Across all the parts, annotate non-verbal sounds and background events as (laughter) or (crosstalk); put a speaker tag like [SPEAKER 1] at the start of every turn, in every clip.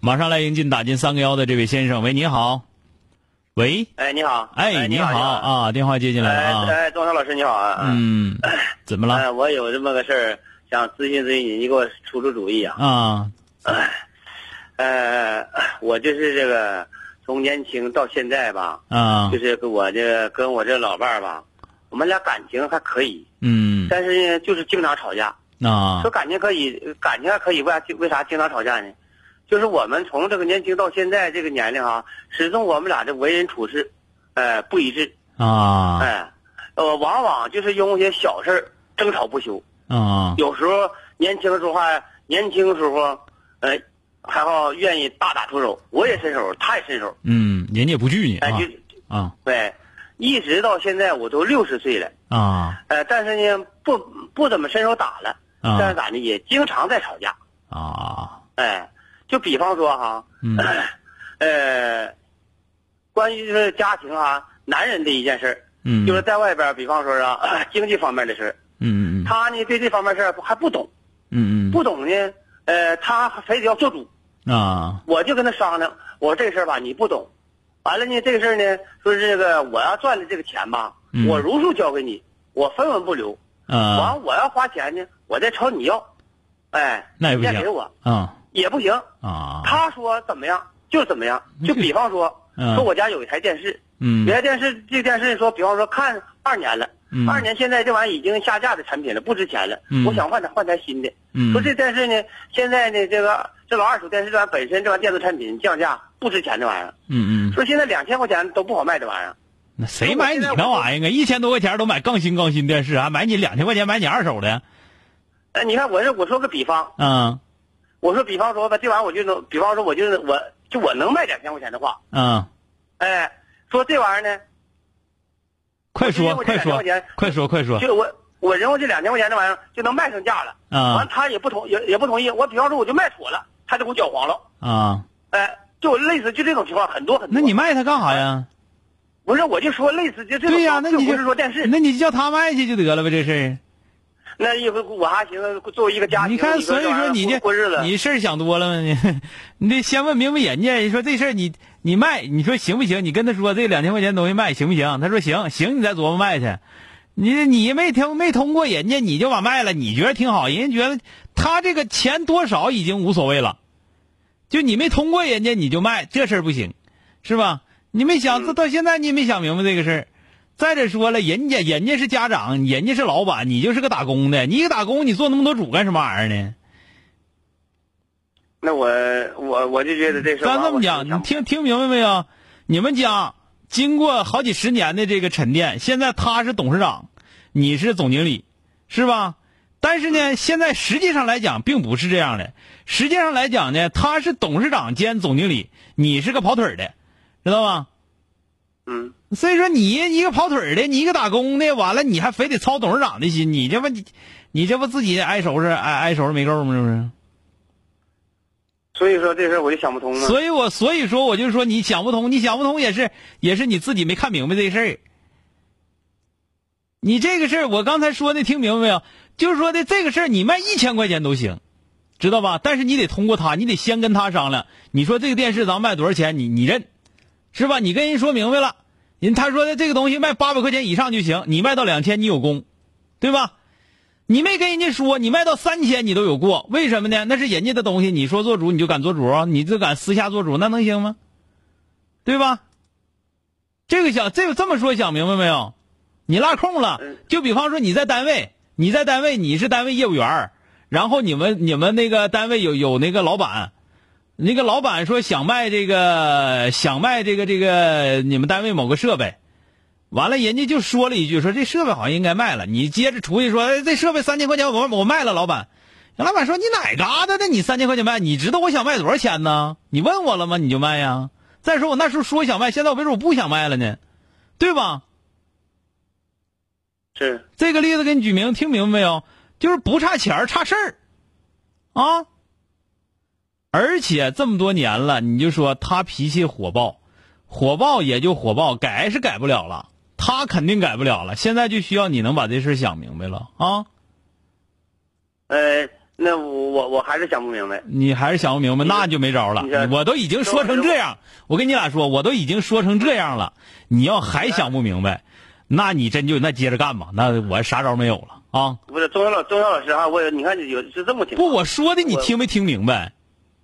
[SPEAKER 1] 马上来迎进打进三个幺的这位先生，喂，你好，喂，
[SPEAKER 2] 哎，你好。
[SPEAKER 1] 哎，
[SPEAKER 2] 你
[SPEAKER 1] 好
[SPEAKER 2] 你
[SPEAKER 1] 啊，电话接进来了啊，
[SPEAKER 2] 哎，哎，钟晓老师你好啊。。
[SPEAKER 1] 嗯，怎么了
[SPEAKER 2] 哎，我有这么个事儿，想咨询咨询你，你给我出出主意啊。
[SPEAKER 1] 啊？
[SPEAKER 2] 呃，我就是这个从年轻到现在吧，
[SPEAKER 1] 啊
[SPEAKER 2] 就，是跟我这个跟我这老伴儿吧，我们俩感情还可以，
[SPEAKER 1] 嗯，
[SPEAKER 2] 但是呢，就是经常吵架。
[SPEAKER 1] 啊
[SPEAKER 2] 说，感情可以，感情还可以，为啥为啥经常吵架呢？就是我们从这个年轻到现在这个年龄啊，始终我们俩的为人处事，呃，不一致。
[SPEAKER 1] 啊，
[SPEAKER 2] 哎，呃，往往就是因为一些小事儿争吵不休。
[SPEAKER 1] 啊，
[SPEAKER 2] 有时候年轻的时候还年轻的时候，呃，还好愿意大打出手，我也伸手，他也伸手，
[SPEAKER 1] 嗯，人家也不拒你
[SPEAKER 2] 哎、
[SPEAKER 1] 啊
[SPEAKER 2] 就
[SPEAKER 1] 啊
[SPEAKER 2] 对，一直到现在我都六十岁了，
[SPEAKER 1] 啊
[SPEAKER 2] 呃，但是呢，不不怎么伸手打了，但是
[SPEAKER 1] 啊
[SPEAKER 2] 咋的也经常在吵架，
[SPEAKER 1] 啊，
[SPEAKER 2] 哎、就比方说哈，
[SPEAKER 1] 嗯
[SPEAKER 2] 呃，关于就是家庭啊，男人的一件事儿，
[SPEAKER 1] 嗯，
[SPEAKER 2] 就是在外边儿，比方说啊、 (coughs) 经济方面的事儿，
[SPEAKER 1] 嗯嗯
[SPEAKER 2] 他呢对这方面事儿还不懂，
[SPEAKER 1] 嗯嗯
[SPEAKER 2] 不懂呢，呃，他非得要做主。
[SPEAKER 1] 嗯啊
[SPEAKER 2] 我就跟他商量，我说这事儿吧，你不懂。完了呢，这个事儿呢，说是这个我要赚的这个钱吧，
[SPEAKER 1] 嗯
[SPEAKER 2] 我如数交给你，我分文不留。
[SPEAKER 1] 啊
[SPEAKER 2] 完，我要花钱呢，我再朝你要，哎，
[SPEAKER 1] 那也不
[SPEAKER 2] 你再
[SPEAKER 1] 行
[SPEAKER 2] 给我
[SPEAKER 1] 啊
[SPEAKER 2] 也不行。
[SPEAKER 1] 啊，
[SPEAKER 2] 他说怎么样就是怎么样，
[SPEAKER 1] 嗯
[SPEAKER 2] 就比方说，
[SPEAKER 1] 嗯
[SPEAKER 2] 说我家有一台电视，
[SPEAKER 1] 嗯
[SPEAKER 2] 有台电视，这个电视说，比方说看二年了，
[SPEAKER 1] 嗯
[SPEAKER 2] 二年现在这玩意儿已经下架的产品了，不值钱了，
[SPEAKER 1] 嗯
[SPEAKER 2] 我想换台换台新的。
[SPEAKER 1] 嗯
[SPEAKER 2] 说这电视呢，现在呢，这个这老二手电视端本身这玩意儿电子产品降价不值钱这玩意儿，
[SPEAKER 1] 嗯嗯，
[SPEAKER 2] 说现在两千块钱都不好卖这玩意儿。
[SPEAKER 1] 那谁买你那玩意儿啊？一千多块钱都买杠新杠新电视，还买你两千块钱买你二手的
[SPEAKER 2] 哎，你看我是我说个比方，
[SPEAKER 1] 啊
[SPEAKER 2] 我说比方说吧，这玩意儿我就能，比方说我就是我就我能卖两千块钱的话，
[SPEAKER 1] 啊，
[SPEAKER 2] 哎，说这玩意儿呢，
[SPEAKER 1] 快说快说快说快说
[SPEAKER 2] 就是我我认为这两千块钱这玩意儿就能卖上价了，完
[SPEAKER 1] 啊
[SPEAKER 2] 他也不同也也不同意，我比方说我就卖妥了，他就给我搅黄了，
[SPEAKER 1] 啊，
[SPEAKER 2] 哎，就类似就这种情况很多很多。
[SPEAKER 1] 那你卖它干啥呀？
[SPEAKER 2] 不是我就说类似就这种，
[SPEAKER 1] 对呀，那
[SPEAKER 2] 就
[SPEAKER 1] 你
[SPEAKER 2] 不是说电视，
[SPEAKER 1] 那你叫他卖去就得了呗，这事儿。
[SPEAKER 2] 那一回我还寻思，作为一个家庭，
[SPEAKER 1] 你看，所以说你
[SPEAKER 2] 这
[SPEAKER 1] 这
[SPEAKER 2] 过日子，
[SPEAKER 1] 你事儿想多了吗？你 (laughs) 你得先问明白人家。你说这事儿你你卖，你说行不行？你跟他说这两千块钱东西卖行不行？他说行，行，你再琢磨卖去。你你没听没通过人家，你就把卖了，你觉得挺好，人家觉得他这个钱多少已经无所谓了，就你没通过人家你就卖，这事儿不行，是吧？你没想到
[SPEAKER 2] 嗯
[SPEAKER 1] 到现在你也没想明白这个事儿。再者说了，人家人家是家长，人家是老板，你就是个打工的，你一个打工，你做那么多主干什么玩意儿呢？
[SPEAKER 2] 那我我我就觉得这事儿吧，
[SPEAKER 1] 咱这么
[SPEAKER 2] 我
[SPEAKER 1] 讲，
[SPEAKER 2] 是
[SPEAKER 1] 你
[SPEAKER 2] 想
[SPEAKER 1] 听听明白没有？你们家经过好几十年的这个沉淀，现在他是董事长，你是总经理，是吧？但是呢，现在实际上来讲，并不是这样的。实际上来讲呢，他是董事长兼总经理，你是个跑腿儿的，知道吗？
[SPEAKER 2] 嗯，
[SPEAKER 1] 所以说你一个跑腿儿的，你一个打工的，完了你还非得操董事长的心，你这不，你这不自己挨收拾挨挨收拾没够吗？这不是？
[SPEAKER 2] 所以说这事儿我就想不通了。
[SPEAKER 1] 所以我所以说我就说你想不通，你想不通也是也是你自己没看明白这事儿。你这个事儿，我刚才说的听明白没有？就是说的这个事儿，你卖一千块钱都行，知道吧？但是你得通过他，你得先跟他商量。你说这个电视咱卖多少钱？你你认，是吧？你跟人说明白了，人他说的这个东西卖八百块钱以上就行，你卖到两千，你有功，对吧？你没跟人家说，你卖到三千你都有过，为什么呢？那是人家的东西，你说做主你就敢做主，啊你就敢私下做主，那能行吗？对吧？这个想这个这么说想明白没有？你落空了
[SPEAKER 2] 嗯，
[SPEAKER 1] 就比方说你在单位，你在单位你是单位业务员儿，然后你们你们那个单位有有那个老板，那个老板说想卖这个想卖这个这个你们单位某个设备，完了人家就说了一句说这设备好像应该卖了，你接着出去说、哎、这设备三千块钱我我卖了，老板。老板说：“你哪嘎达的？你三千块钱卖，你知道我想卖多少钱呢？你问我了吗？你就卖呀。再说我那时候说想卖，现在我为什么我不想卖了呢？对吧？
[SPEAKER 2] 是
[SPEAKER 1] 这个例子给你举明，听明白没有？就是不差钱儿，差事儿，啊！而且这么多年了，你就说他脾气火爆，火爆也就火爆，改是改不了了，他肯定改不了了。现在就需要你能把这事儿想明白了啊！
[SPEAKER 2] 呃，那我我我还是想不明白。
[SPEAKER 1] 你还是想不明白，那就没招了
[SPEAKER 2] 你这。
[SPEAKER 1] 我都已经说成这样，我跟你俩说，我都已经说成这样了，你要还想不明白，那你真就那接着干吧，那我啥招没有了啊！
[SPEAKER 2] 不是钟晓老钟晓老师啊，我有你看有是这么情况
[SPEAKER 1] 不，我说的你
[SPEAKER 2] 我
[SPEAKER 1] 听没听明白？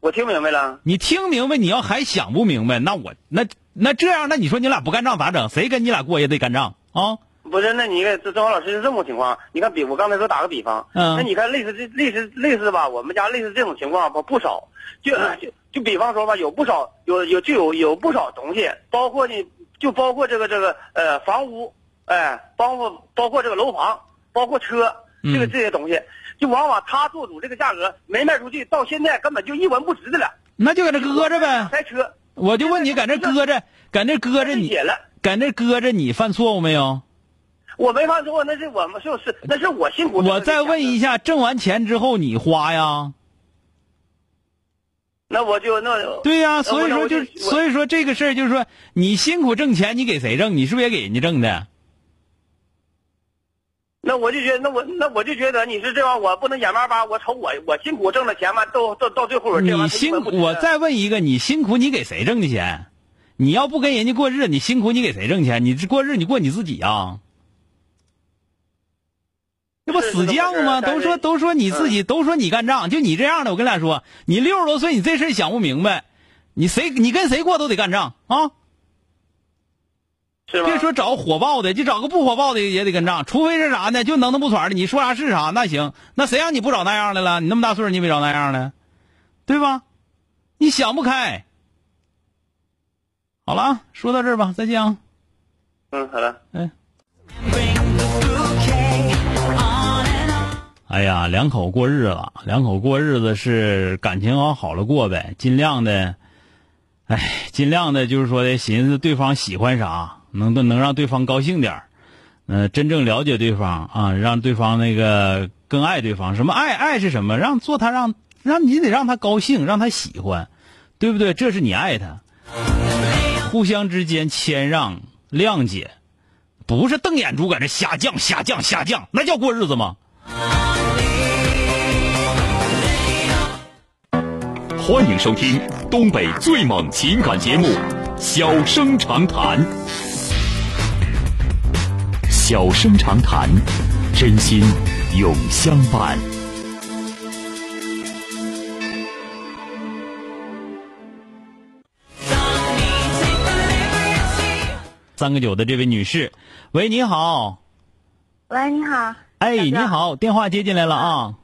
[SPEAKER 2] 我听明白了。
[SPEAKER 1] 你听明白，你要还想不明白，那我那那这样，那你说你俩不干仗咋整？谁跟你俩过也得干仗啊？
[SPEAKER 2] 不是，那你看这钟晓老师是这么情况，你看比我刚才说打个比方，
[SPEAKER 1] 嗯
[SPEAKER 2] 那你看类似这类似类似吧，我们家类似这种情况不不少，就
[SPEAKER 1] 嗯
[SPEAKER 2] 就就比方说吧，有不少有有就有有不少东西，包括你就包括这个这个呃房屋，哎、包括包括这个楼房，包括车，这个
[SPEAKER 1] 嗯
[SPEAKER 2] 这些东西，就往往他做主这个价格没卖出去，到现在根本就一文不值的了，
[SPEAKER 1] 那就搁这搁着呗。
[SPEAKER 2] 台车
[SPEAKER 1] 我就问你，搁这搁着，搁这搁着你
[SPEAKER 2] 解，了。
[SPEAKER 1] 搁这搁着你犯错误没有？
[SPEAKER 2] 我没法说，那是我们是是那是我辛苦。
[SPEAKER 1] 我再问一
[SPEAKER 2] 下，
[SPEAKER 1] 下，挣完钱之后你花呀？
[SPEAKER 2] 那我就那
[SPEAKER 1] 对呀、
[SPEAKER 2] 呃
[SPEAKER 1] 所以说
[SPEAKER 2] 我
[SPEAKER 1] 就
[SPEAKER 2] 我
[SPEAKER 1] 所以说这个事儿就是说，你辛苦挣钱，你给谁挣？你是不是也给人家挣的？
[SPEAKER 2] 那我就觉得，那我那我就觉得你是这样，我不能眼巴巴，我瞅我我辛苦挣的钱嘛，都到到最后这玩意儿
[SPEAKER 1] 你
[SPEAKER 2] 他一
[SPEAKER 1] 辛
[SPEAKER 2] 文
[SPEAKER 1] 苦，
[SPEAKER 2] 不值
[SPEAKER 1] 我再问一个，你辛苦，你给谁挣的钱？你要不跟人家过日，你辛苦，你给谁挣钱？你这过日，你过你自己呀、啊这不
[SPEAKER 2] 是
[SPEAKER 1] 死
[SPEAKER 2] 这么
[SPEAKER 1] 犟
[SPEAKER 2] 回事
[SPEAKER 1] 吗？
[SPEAKER 2] 儿但
[SPEAKER 1] 都
[SPEAKER 2] 是嗯
[SPEAKER 1] 说都说你自己，都说你干仗，就你这样的，我跟俩说，你六十多岁，你这事儿想不明白，你谁你跟谁过都得干仗啊！
[SPEAKER 2] 是吧？
[SPEAKER 1] 别说找火爆的，就找个不火爆的也得跟仗，除非是啥呢？就能能不喘的，你说啥是啥，那行。那谁让你不找那样的了？你那么大岁数，你也没找那样的，对吧？你想不开。好了啊，说到这儿吧，再见啊。
[SPEAKER 2] 嗯，好了。
[SPEAKER 1] 哎呀，两口过日子，两口过日子是感情往好了过呗，尽量的，哎，尽量的，就是说的，寻思对方喜欢啥，能能让对方高兴点儿，嗯、真正了解对方啊，让对方那个更爱对方。什么爱？爱是什么？让做他让让你得让他高兴，让他喜欢，对不对？这是你爱他，互相之间谦让谅解，不是瞪眼珠搁这瞎犟瞎犟瞎犟，那叫过日子吗？
[SPEAKER 3] 欢迎收听东北最猛情感节目《小生长谈》。小生长谈，真心永相伴。
[SPEAKER 1] 三个九的这位女士，喂，你好，
[SPEAKER 4] 喂，你好。
[SPEAKER 1] 哎，
[SPEAKER 4] 大
[SPEAKER 1] 你
[SPEAKER 4] 家
[SPEAKER 1] 好，电话接进来了啊，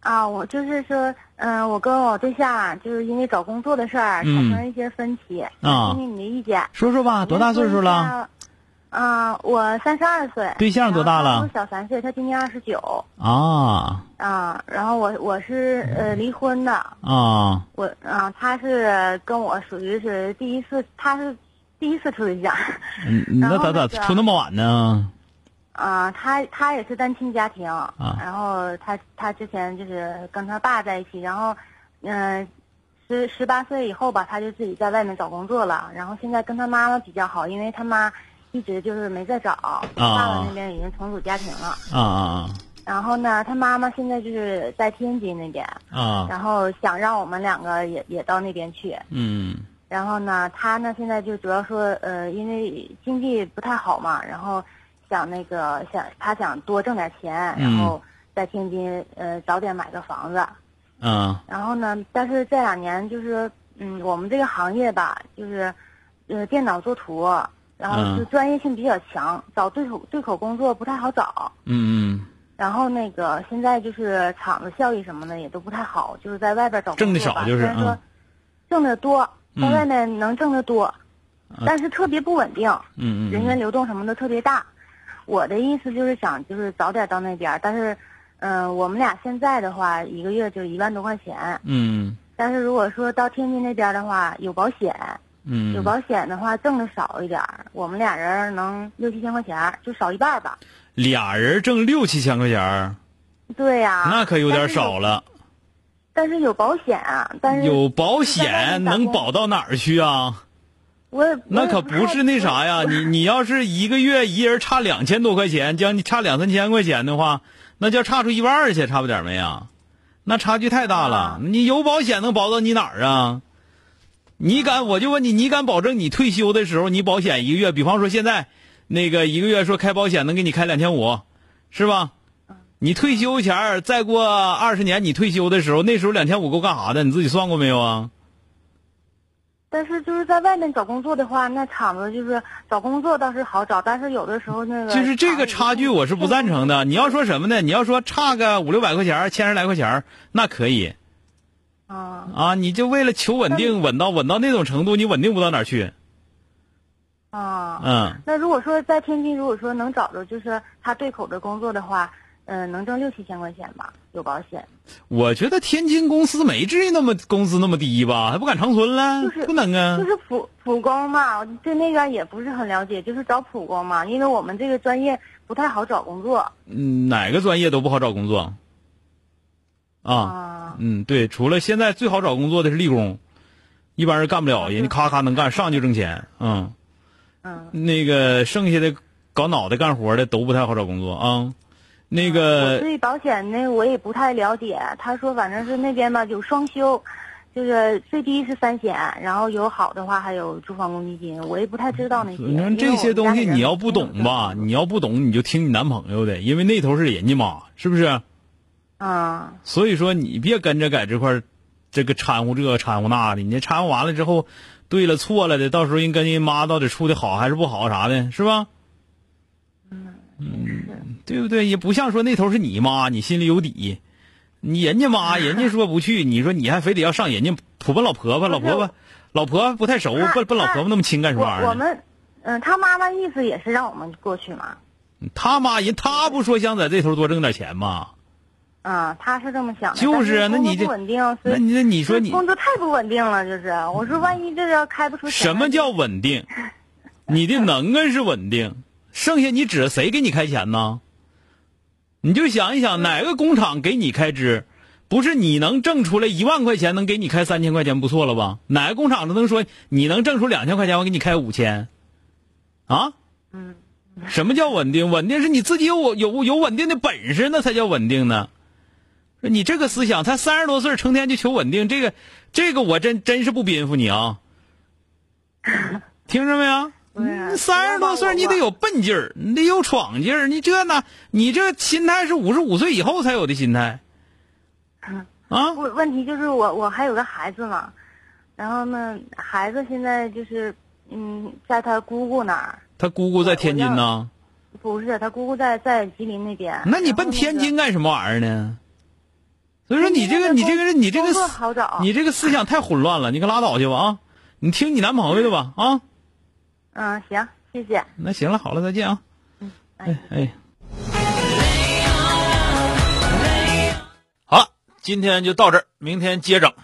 [SPEAKER 4] 啊，我就是说，嗯、我跟我对象啊就是因为找工作的事儿产
[SPEAKER 1] 嗯
[SPEAKER 4] 生了一些分歧，
[SPEAKER 1] 啊
[SPEAKER 4] 听听你的意见。
[SPEAKER 1] 说说吧，多大岁数了？？
[SPEAKER 4] 啊、我三十二岁。
[SPEAKER 1] 对象多大了
[SPEAKER 4] 然后他比我小三岁，他今年二十九。
[SPEAKER 1] 啊
[SPEAKER 4] 啊，然后我我是呃离婚的，
[SPEAKER 1] 啊
[SPEAKER 4] 我啊、他是跟我属于是第一次，他是第一次处对象。
[SPEAKER 1] 嗯，那
[SPEAKER 4] 然
[SPEAKER 1] 咋
[SPEAKER 4] 后
[SPEAKER 1] 咋
[SPEAKER 4] 那个
[SPEAKER 1] 出那么晚呢？
[SPEAKER 4] 啊、他他也是单亲家庭，然后他他之前就是跟他爸在一起，然后，嗯、十十八岁以后吧，他就自己在外面找工作了，然后现在跟他妈妈比较好，因为他妈一直就是没在找，他爸爸那边已经重组家庭了，
[SPEAKER 1] 啊啊
[SPEAKER 4] 然后呢，他妈妈现在就是在天津那边，
[SPEAKER 1] 啊啊，
[SPEAKER 4] 然后想让我们两个也也到那边去，
[SPEAKER 1] 嗯
[SPEAKER 4] 然后呢，他呢现在就主要说，呃，因为经济不太好嘛，然后想那个想他想多挣点钱，
[SPEAKER 1] 嗯
[SPEAKER 4] 然后在天津呃早点买个房子。
[SPEAKER 1] 嗯
[SPEAKER 4] 然后呢，但是这两年就是，嗯，我们这个行业吧，就是，呃，电脑作图，然后就
[SPEAKER 1] 嗯
[SPEAKER 4] 专业性比较强，找对口对口工作不太好找。
[SPEAKER 1] 嗯嗯，
[SPEAKER 4] 然后那个现在就是厂子效益什么的也都不太好，就是在外边找
[SPEAKER 1] 挣
[SPEAKER 4] 工作
[SPEAKER 1] 得
[SPEAKER 4] 吧
[SPEAKER 1] 少就是
[SPEAKER 4] 虽然说
[SPEAKER 1] 嗯
[SPEAKER 4] 挣得多，在
[SPEAKER 1] 嗯
[SPEAKER 4] 外面能挣得多，但是特别不稳定，
[SPEAKER 1] 嗯嗯，
[SPEAKER 4] 人员流动什么的特别大。我的意思就是想就是早点到那边儿，但是，嗯、我们俩现在的话，一个月就一万多块钱。
[SPEAKER 1] 嗯
[SPEAKER 4] 但是如果说到天津那边的话，有保险，
[SPEAKER 1] 嗯
[SPEAKER 4] 有保险的话挣的少一点儿，我们俩人能六七千块钱儿，就少一半儿吧。
[SPEAKER 1] 俩人挣六七千块钱儿，
[SPEAKER 4] 对呀、
[SPEAKER 1] 那可有点少了。
[SPEAKER 4] 但是有。但是有保险啊，但是
[SPEAKER 1] 有保
[SPEAKER 4] 就在外
[SPEAKER 1] 险
[SPEAKER 4] 面打工
[SPEAKER 1] 能保到哪儿去啊？
[SPEAKER 4] 我也我
[SPEAKER 1] (laughs) 那
[SPEAKER 4] 也
[SPEAKER 1] 可
[SPEAKER 4] 太
[SPEAKER 1] 不是那啥呀！你你要是一个月一人差两千多块钱，将近差两三千块钱的话，那叫差出一万二去，差不点儿没啊？那差距太大了
[SPEAKER 4] 啊。
[SPEAKER 1] 你有保险能保到你哪儿啊？你敢？我就问你，你敢保证你退休的时候，你保险一个月，比方说现在那个一个月说开保险能给你开两千五，是吧？你退休前儿再过二十年，你退休的时候，那时候两千五够干啥的？你自己算过没有啊？
[SPEAKER 4] 但是就是在外面找工作的话，那厂子就是找工作倒是好找，但是有的时候那个
[SPEAKER 1] 就是这个差距，我是不赞成的。你要说什么呢？你要说差个五六百块钱儿，千十来块钱儿，那可以
[SPEAKER 4] 啊
[SPEAKER 1] 啊。你就为了求稳定，稳到稳到那种程度，你稳定不到哪儿去。
[SPEAKER 4] 啊。
[SPEAKER 1] 嗯，
[SPEAKER 4] 那如果说在天津，如果说能找着就是他对口的工作的话，嗯、能挣六七千块钱吧，有保险。
[SPEAKER 1] 我觉得天津公司没至于那么工资那么低吧，还不赶长春了
[SPEAKER 4] 就是，
[SPEAKER 1] 不能啊
[SPEAKER 4] 就。是普普工嘛，我对那边也不是很了解，就是找普工嘛，因为我们这个专业不太好找工作
[SPEAKER 1] 嗯，哪个专业都不好找工作。啊，
[SPEAKER 4] 啊。
[SPEAKER 1] 嗯，对，除了现在最好找工作的是力工，一般人干不了，人家咔咔能干，上去挣钱。嗯，
[SPEAKER 4] 嗯，
[SPEAKER 1] 那个剩下的搞脑袋干活的都不太好找工作啊。那
[SPEAKER 4] 我
[SPEAKER 1] 个，
[SPEAKER 4] 对保险那我也不太了解，他说反正是那边吧有双休，就是最低是三险，然后有好的话还有住房公积金，我也不太知道那些。
[SPEAKER 1] 你看
[SPEAKER 4] 因为
[SPEAKER 1] 这
[SPEAKER 4] 我
[SPEAKER 1] 些
[SPEAKER 4] 们家
[SPEAKER 1] 东
[SPEAKER 4] 里
[SPEAKER 1] 西
[SPEAKER 4] 人
[SPEAKER 1] 你要不懂吧，你要不懂你就听你男朋友的，因为那头是人家妈，是不是？
[SPEAKER 4] 嗯
[SPEAKER 1] 所以说你别跟着在这块儿这个掺和这个掺和那的，你掺和完了之后，对了错了的，到时候人跟人妈到底处的好还是不好啥的，是吧？嗯，对不对？也不像说那头是你妈，你心里有底。你人家妈，人家说不去，你说你还非得要上人家普奔老婆婆，
[SPEAKER 4] 不
[SPEAKER 1] 老
[SPEAKER 4] 是
[SPEAKER 1] 婆婆，老婆婆不太熟，
[SPEAKER 4] 她
[SPEAKER 1] 奔奔老婆婆那么亲干什么玩意
[SPEAKER 4] 我我
[SPEAKER 1] 儿呢？
[SPEAKER 4] 们嗯他妈妈意思也是让我们过去嘛，
[SPEAKER 1] 他妈人他不说想在这头多挣点钱吗？
[SPEAKER 4] 啊、他是这么想的，
[SPEAKER 1] 就是
[SPEAKER 4] 但
[SPEAKER 1] 啊那你
[SPEAKER 4] 工作
[SPEAKER 1] 这
[SPEAKER 4] 不稳定，所
[SPEAKER 1] 那
[SPEAKER 4] 以
[SPEAKER 1] 你那你说你
[SPEAKER 4] 工作太不稳定了，就是我说万一这要开不出钱来
[SPEAKER 1] 什么叫稳定？你的能耐是稳定，剩下你指着谁给你开钱呢？你就想一想，哪个工厂给你开支，不是你能挣出来一万块钱，能给你开三千块钱，不错了吧？哪个工厂都能说你能挣出两千块钱，我给你开五千，啊？
[SPEAKER 4] 嗯，
[SPEAKER 1] 什么叫稳定？稳定是你自己有有有稳定的本事，那才叫稳定呢。说你这个思想，才三十多岁，成天就求稳定，这个这个我真真是不颠覆你
[SPEAKER 4] (laughs)
[SPEAKER 1] 啊！听着没有？
[SPEAKER 4] 对啊
[SPEAKER 1] 三十多岁你得有奔劲儿，你得有闯劲儿。你这呢？你这心态是五十五岁以后才有的心态
[SPEAKER 4] 嗯
[SPEAKER 1] 啊！
[SPEAKER 4] (laughs) 问问题就是我我还有个孩子嘛，然后呢，孩子现在就是嗯，在他姑姑那儿，
[SPEAKER 1] 他姑姑在天津呢，
[SPEAKER 4] 不是他姑姑在在吉林那边。
[SPEAKER 1] 那你奔
[SPEAKER 4] 然后
[SPEAKER 1] 天
[SPEAKER 4] 个
[SPEAKER 1] 津干什么玩意儿呢？所以说你这个
[SPEAKER 4] 天
[SPEAKER 1] 你
[SPEAKER 4] 津那
[SPEAKER 1] 这个人你这个
[SPEAKER 4] 工作
[SPEAKER 1] 思
[SPEAKER 4] 好找，
[SPEAKER 1] 你这个思想太混乱了，你可拉倒去吧啊！你听你男朋友的吧啊！
[SPEAKER 4] 嗯行，谢谢。
[SPEAKER 1] 那行了，好了，再见啊！哎哎，好了，今天就到这儿，明天接着。